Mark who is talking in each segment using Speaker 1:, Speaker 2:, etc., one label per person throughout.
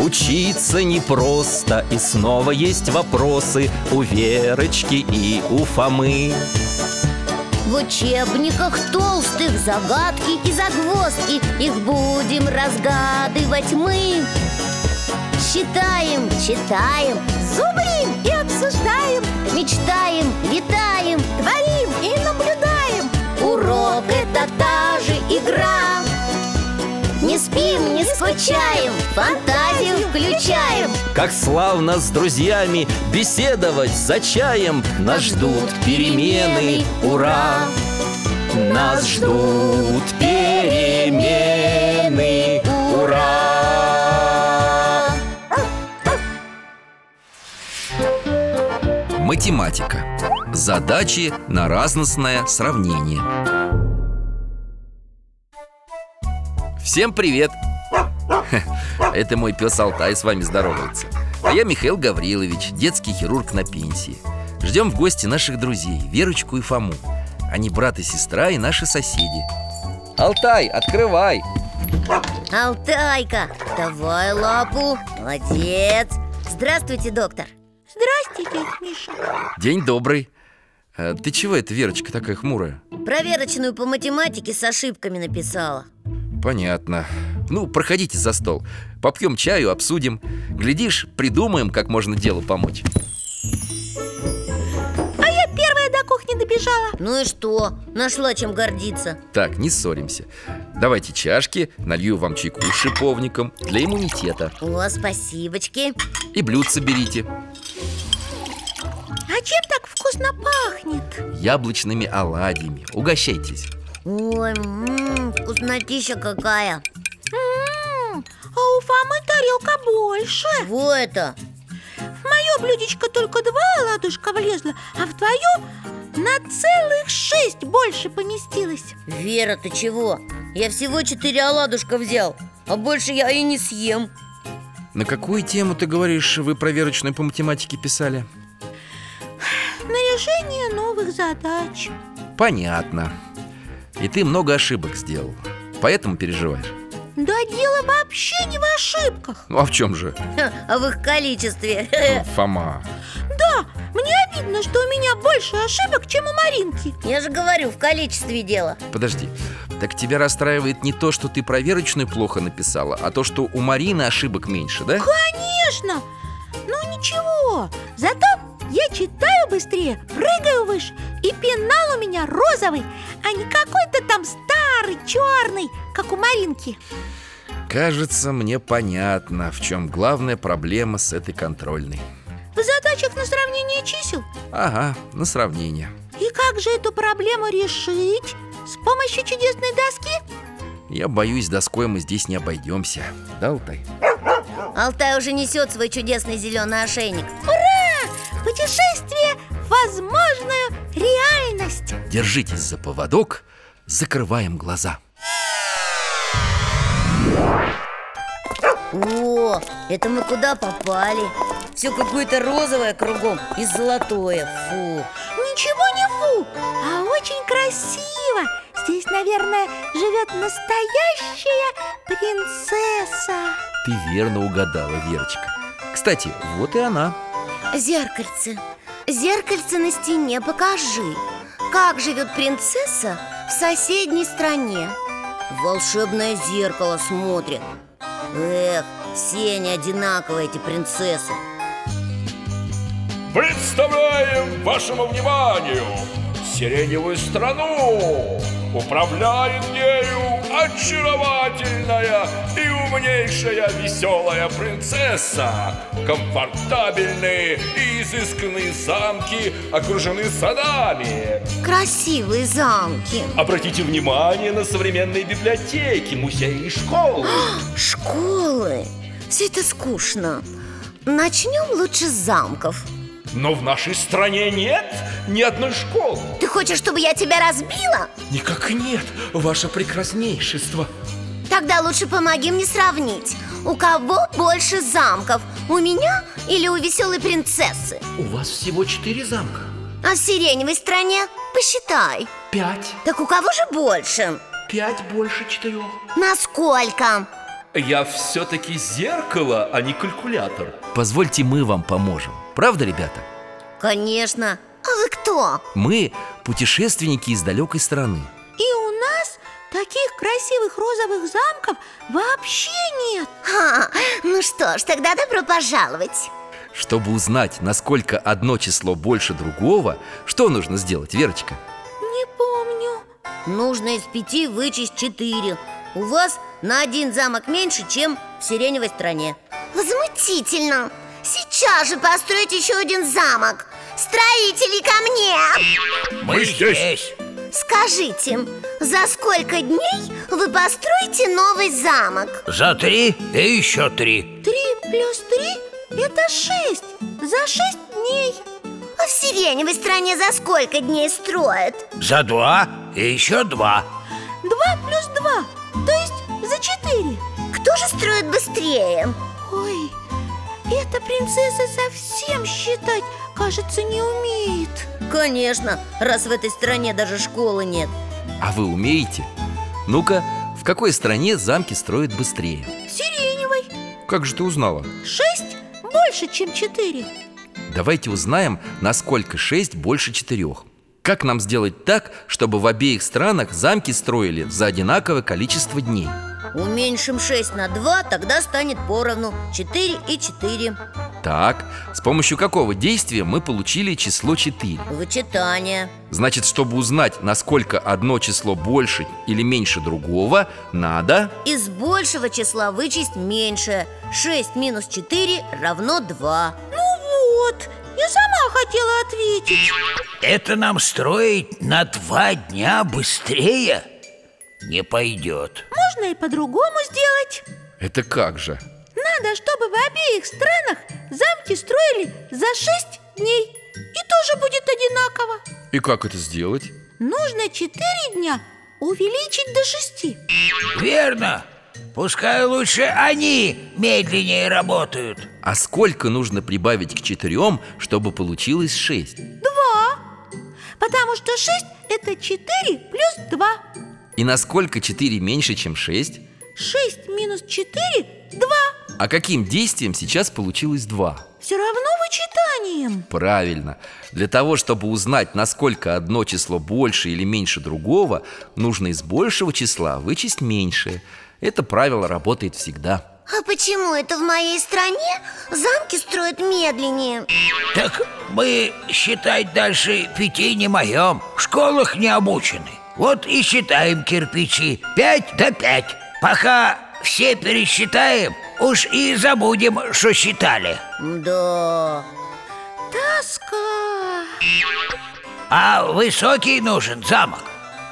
Speaker 1: учиться непросто И снова есть вопросы у Верочки и у Фомы
Speaker 2: В учебниках толстых загадки и загвоздки Их будем разгадывать мы Считаем, читаем,
Speaker 3: зубрим и обсуждаем
Speaker 2: мечтаем, витаем
Speaker 3: Творим и наблюдаем
Speaker 2: Урок – это та же игра Не спим, не скучаем, фантазию включаем
Speaker 1: Как славно с друзьями беседовать за чаем Нас ждут перемены, ура! Нас ждут перемены, ура!
Speaker 4: Математика. Задачи на разностное сравнение. Всем привет! Это мой пес Алтай с вами здоровается. А я Михаил Гаврилович, детский хирург на пенсии. Ждем в гости наших друзей Верочку и Фому. Они брат и сестра и наши соседи. Алтай, открывай!
Speaker 2: Алтайка, давай лапу Молодец Здравствуйте, доктор
Speaker 3: Здрасте, дядь Миша
Speaker 4: День добрый. Э, Ты чего это, Верочка, такая хмурая?
Speaker 2: Проверочную по математике с ошибками написала
Speaker 4: Понятно. Ну, проходите за стол. Попьем чаю, обсудим. Глядишь, придумаем, как можно делу помочь.
Speaker 3: А я первая до кухни добежала
Speaker 2: Ну и что? Нашла чем гордиться
Speaker 4: Так, не ссоримся. Давайте чашки, налью вам чайку с шиповником для иммунитета.
Speaker 2: О, спасибочки
Speaker 4: И блюдца берите.
Speaker 3: А чем так вкусно пахнет?
Speaker 4: Яблочными оладьями. Угощайтесь.
Speaker 2: Ой, м, вкуснотища какая
Speaker 3: М, А у Фомы тарелка больше
Speaker 2: Чего это?
Speaker 3: В мое блюдечко только два оладушка влезла А в твое на целых шесть больше поместилось
Speaker 2: Вера, ты чего? Я всего четыре оладушка взял А больше я и не съем
Speaker 4: На какую тему, ты говоришь, вы проверочную по математике писали?
Speaker 3: На решение новых задач
Speaker 4: Понятно. И ты много ошибок сделал. Поэтому переживаешь.
Speaker 3: Да дело вообще не в ошибках
Speaker 4: Ну а в чем же? ну,
Speaker 2: Ха, А в их количестве
Speaker 4: Фома.
Speaker 3: Да, мне обидно, что у меня больше ошибок, чем у Маринки
Speaker 2: Я же говорю, в количестве дело
Speaker 4: Подожди, так тебя расстраивает не то, что ты проверочную плохо написала, а то, что у Марины ошибок меньше, да?
Speaker 3: Конечно, ну ничего Зато я читаю быстрее, прыгаю выше И пенал у меня розовый, а не какой-то там старый, черный, как у Маринки
Speaker 4: Кажется, мне понятно, в чем главная проблема с этой контрольной.
Speaker 3: В задачах на сравнение чисел
Speaker 4: Ага, на сравнение.
Speaker 3: И как же эту проблему решить? С помощью чудесной доски?
Speaker 4: Я боюсь, доской мы здесь не обойдемся. Да, Алтай?
Speaker 2: Алтай уже несет свой чудесный зеленый ошейник
Speaker 3: Путешествие в возможную реальность
Speaker 4: Держитесь за поводок, закрываем глаза.
Speaker 2: О, это мы куда попали? Все какое-то розовое кругом и золотое, фу
Speaker 3: Ничего не фу, а очень красиво Здесь, наверное, живет настоящая принцесса
Speaker 4: Ты верно угадала, Верочка. Кстати, вот и она.
Speaker 2: Зеркальце, зеркальце на стене покажи Как живет принцесса в соседней стране Волшебное зеркало смотрит Эх, все они одинаковые, эти принцессы
Speaker 5: Представляем вашему вниманию Сиреневую страну Управляет ею очаровательная и умнейшая веселая принцесса Комфортабельные и изысканные замки окружены садами
Speaker 2: Красивые замки
Speaker 5: Обратите внимание на современные библиотеки, музеи и школы
Speaker 2: Школы Все это скучно Начнем лучше с замков
Speaker 5: Но в нашей стране нет ни одной школы
Speaker 2: Ты хочешь, чтобы я тебя разбила?
Speaker 5: Никак нет, ваше прекраснейшество
Speaker 2: Тогда лучше помоги мне сравнить У кого больше замков? У меня или у веселой принцессы?
Speaker 5: У вас всего четыре замка
Speaker 2: А в сиреневой стране? Посчитай
Speaker 5: Пять.
Speaker 2: Так у кого же больше?
Speaker 5: Пять больше четырех.
Speaker 2: Насколько?
Speaker 5: Я все-таки зеркало, а не калькулятор.
Speaker 4: Позвольте, мы вам поможем. Правда, ребята?
Speaker 2: Конечно. А вы кто?
Speaker 4: Мы путешественники из далекой страны.
Speaker 3: И у нас таких красивых розовых замков вообще нет
Speaker 2: Ха, ну что ж, тогда добро пожаловать.
Speaker 4: Чтобы узнать, насколько одно число больше другого, что нужно сделать, Верочка?
Speaker 3: Не помню
Speaker 2: Нужно из пяти вычесть четыре. У вас на один замок меньше, чем в сиреневой стране. Возмутительно. Сейчас же построить еще один замок. Строители ко мне!
Speaker 6: Мы здесь!
Speaker 2: Скажите, за сколько дней вы построите новый замок?
Speaker 6: За три и еще три
Speaker 3: Три плюс три – это шесть За шесть дней
Speaker 2: А в сиреневой стране за сколько дней строят?
Speaker 6: За два и еще два
Speaker 3: Два плюс два, то есть за четыре
Speaker 2: Кто же строит быстрее?
Speaker 3: Ой, эта принцесса совсем считать, кажется, не умеет
Speaker 2: Конечно, раз в этой стране даже школы нет
Speaker 4: А вы умеете? Ну-ка, в какой стране замки строят быстрее?
Speaker 3: Сиреневой
Speaker 4: Как же ты узнала?
Speaker 3: Шесть больше, чем четыре
Speaker 4: Давайте узнаем, насколько 6 больше 4 Как нам сделать так, чтобы в обеих странах замки строили за одинаковое количество дней?
Speaker 2: Уменьшим 6 на 2, тогда станет поровну 4 и 4
Speaker 4: Так, с помощью какого действия мы получили число 4?
Speaker 2: Вычитание
Speaker 4: Значит, чтобы узнать, насколько одно число больше или меньше другого, надо...
Speaker 2: Из большего числа вычесть меньшее 6 минус 4 равно 2
Speaker 3: Ну Вот, я сама хотела ответить
Speaker 6: Это нам строить на два дня быстрее не пойдет
Speaker 3: Можно и по-другому сделать
Speaker 4: Это как же?
Speaker 3: Надо, чтобы в обеих странах замки строили за шесть дней И тоже будет одинаково
Speaker 4: И как это сделать?
Speaker 3: Нужно четыре дня увеличить до шести
Speaker 6: Верно Пускай лучше они медленнее работают
Speaker 4: А сколько нужно прибавить к четырем, чтобы получилось 6?
Speaker 3: Потому что 6 это 4 плюс 2
Speaker 4: И насколько 4 меньше, чем 6?
Speaker 3: 6 минус 4 – 2
Speaker 4: А каким действием сейчас получилось 2?
Speaker 3: Все равно вычитанием
Speaker 4: Правильно. Для того, чтобы узнать, насколько одно число больше или меньше другого, нужно из большего числа вычесть меньшее. Это правило работает всегда.
Speaker 2: А почему это в моей стране замки строят медленнее?
Speaker 6: Так мы считать дальше пяти не моем В школах не обучены Вот и считаем кирпичи Пять до пять Пока все пересчитаем Уж и забудем, что считали
Speaker 2: Да,
Speaker 3: Тоска
Speaker 6: А высокий нужен замок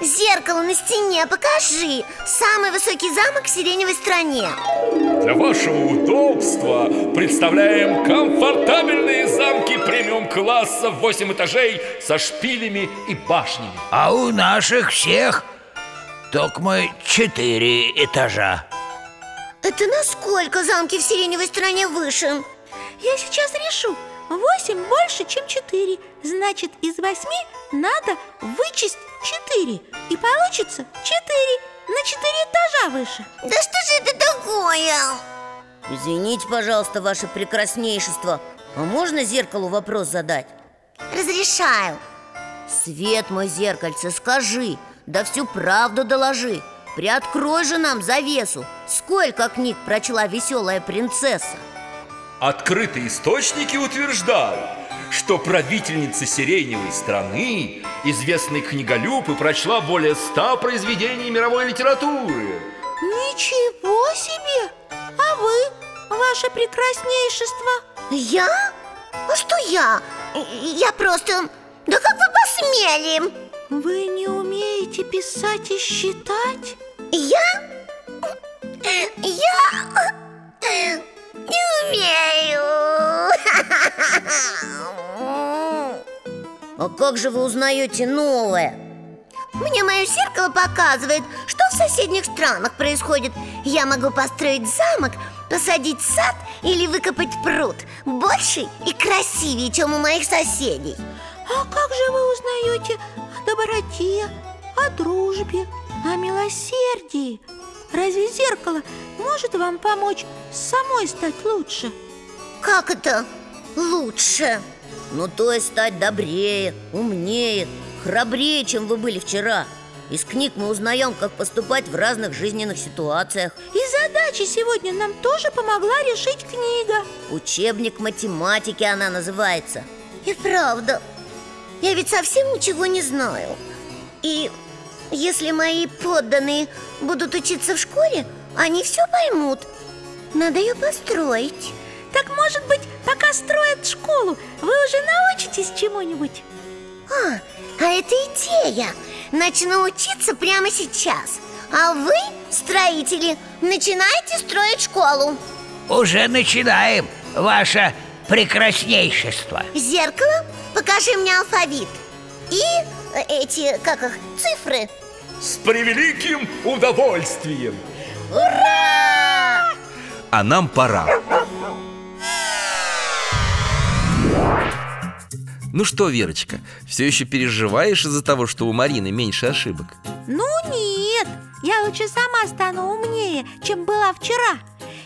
Speaker 2: Зеркало на стене, покажи Самый высокий замок в сиреневой стране
Speaker 5: Для вашего удобства представляем комфортабельные замки премиум-класса в 8 этажей со шпилями и башнями.
Speaker 6: А у наших всех Только мы четыре этажа
Speaker 2: Это насколько замки в сиреневой стране выше?
Speaker 3: Я сейчас решу 8 больше, чем 4 Значит, из 8 надо вычесть 4 И получится 4 на 4 этажа выше
Speaker 2: Да что же это такое? Извините, пожалуйста, ваше прекраснейшество А можно зеркалу вопрос задать? Разрешаю Свет мой зеркальце, скажи Да всю правду доложи Приоткрой же нам завесу Сколько книг прочла веселая принцесса?
Speaker 5: Открытые источники утверждают, что правительница сиреневой страны, известный книголюб, и прочла более ста произведений мировой литературы.
Speaker 3: Ничего себе! А вы, ваше прекраснейшество?
Speaker 2: Я? А что я? Я просто... Да как вы посмели?
Speaker 3: Вы не умеете писать и считать?
Speaker 2: Я? Я не умею. А как же вы узнаете новое? Мне мое зеркало показывает, что в соседних странах происходит. Я могу построить замок, посадить сад или выкопать пруд больше и красивее, чем у моих соседей.
Speaker 3: А как же вы узнаете о доброте, о дружбе, о милосердии, Разве зеркало может вам помочь самой стать лучше?
Speaker 2: Как это лучше? Ну, то есть стать добрее, умнее, храбрее, чем вы были вчера Из книг мы узнаем, как поступать в разных жизненных ситуациях
Speaker 3: И задачи сегодня нам тоже помогла решить книга
Speaker 2: Учебник математики она называется И правда, я ведь совсем ничего не знаю И если мои подданные будут учиться в школе, они все поймут Надо ее построить
Speaker 3: Так может быть, пока строят школу, вы уже научитесь чему-нибудь?
Speaker 2: А, а это идея! Начну учиться прямо сейчас А вы, строители, начинайте строить школу
Speaker 6: Уже начинаем, ваше прекраснейшество
Speaker 2: Зеркало, покажи мне алфавит И э, эти, как их, цифры
Speaker 5: С превеликим удовольствием
Speaker 2: Ура!
Speaker 1: А нам пора.
Speaker 4: Ну что, Верочка, все еще переживаешь из-за того, что у Марины меньше ошибок?
Speaker 3: Ну нет, я лучше сама стану умнее, чем была вчера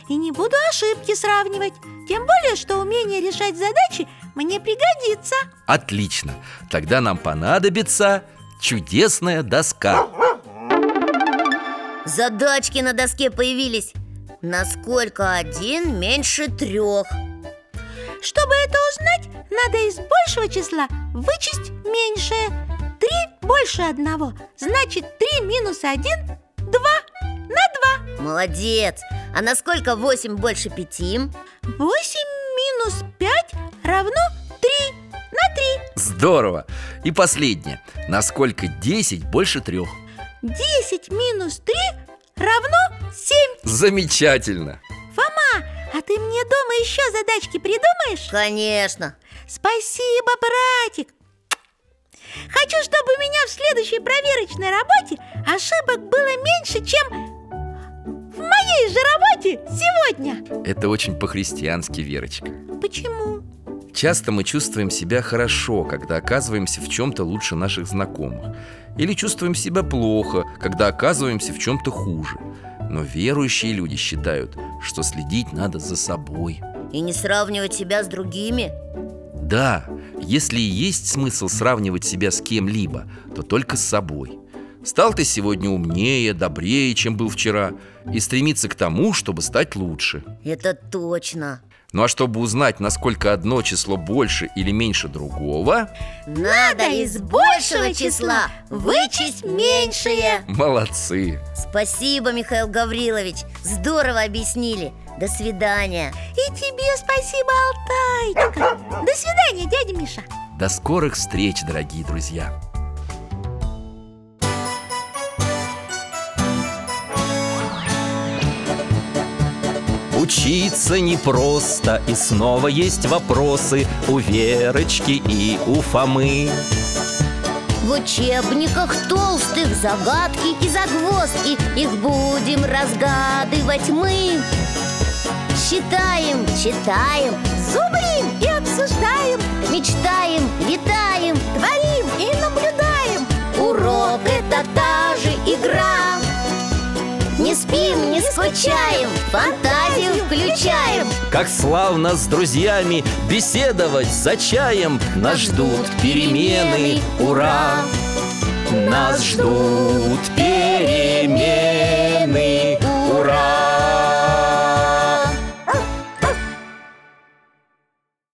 Speaker 3: И не буду ошибки сравнивать Тем более, что умение решать задачи мне пригодится
Speaker 4: Отлично, тогда нам понадобится чудесная доска
Speaker 2: Задачки на доске появились Насколько один меньше трех
Speaker 3: Чтобы это узнать, надо из большего числа вычесть меньшее Три больше одного, значит три минус один – два на
Speaker 2: Молодец! А насколько восемь больше пяти?
Speaker 3: два Восемь минус пять равно три на три
Speaker 4: Здорово! И последнее Насколько 10 больше трех?
Speaker 3: Десять минус три равно семь
Speaker 4: Замечательно!
Speaker 3: Фома, а ты мне дома еще задачки придумаешь?
Speaker 2: Конечно!
Speaker 3: Спасибо, братик Хочу, чтобы у меня в следующей проверочной работе ошибок было меньше, чем в моей же работе сегодня
Speaker 4: Это очень по-христиански, Верочка
Speaker 3: Почему?
Speaker 4: Часто мы чувствуем себя хорошо, когда оказываемся в чем-то лучше наших знакомых Или чувствуем себя плохо, когда оказываемся в чем-то хуже Но верующие люди считают, что следить надо за собой
Speaker 2: И не сравнивать себя с другими
Speaker 4: Да, если и есть смысл сравнивать себя с кем-либо, то только с собой. Стал ты сегодня умнее, добрее, чем был вчера, и стремиться к тому, чтобы стать лучше.
Speaker 2: Это точно
Speaker 4: Ну а чтобы узнать, насколько одно число больше или меньше другого,
Speaker 2: Надо
Speaker 3: из большего числа вычесть меньшее.
Speaker 4: молодцы!
Speaker 2: Спасибо, Михаил Гаврилович Здорово объяснили До свидания
Speaker 3: И тебе спасибо, Алтайчика До свидания, дядя Миша
Speaker 4: До скорых встреч, дорогие друзья!
Speaker 1: Учиться непросто, и снова есть вопросы у Верочки и у Фомы.
Speaker 2: В учебниках толстых загадки и загвоздки Их будем разгадывать мы Считаем, читаем,
Speaker 3: Зубрим и обсуждаем,
Speaker 2: мечтаем, летаем
Speaker 3: творим и наблюдаем
Speaker 2: Урок это та же игра Не спим, не скучаем, фантазию включаем
Speaker 1: Как славно с друзьями беседовать за чаем Нас ждут перемены, ура! Нас ждут перемены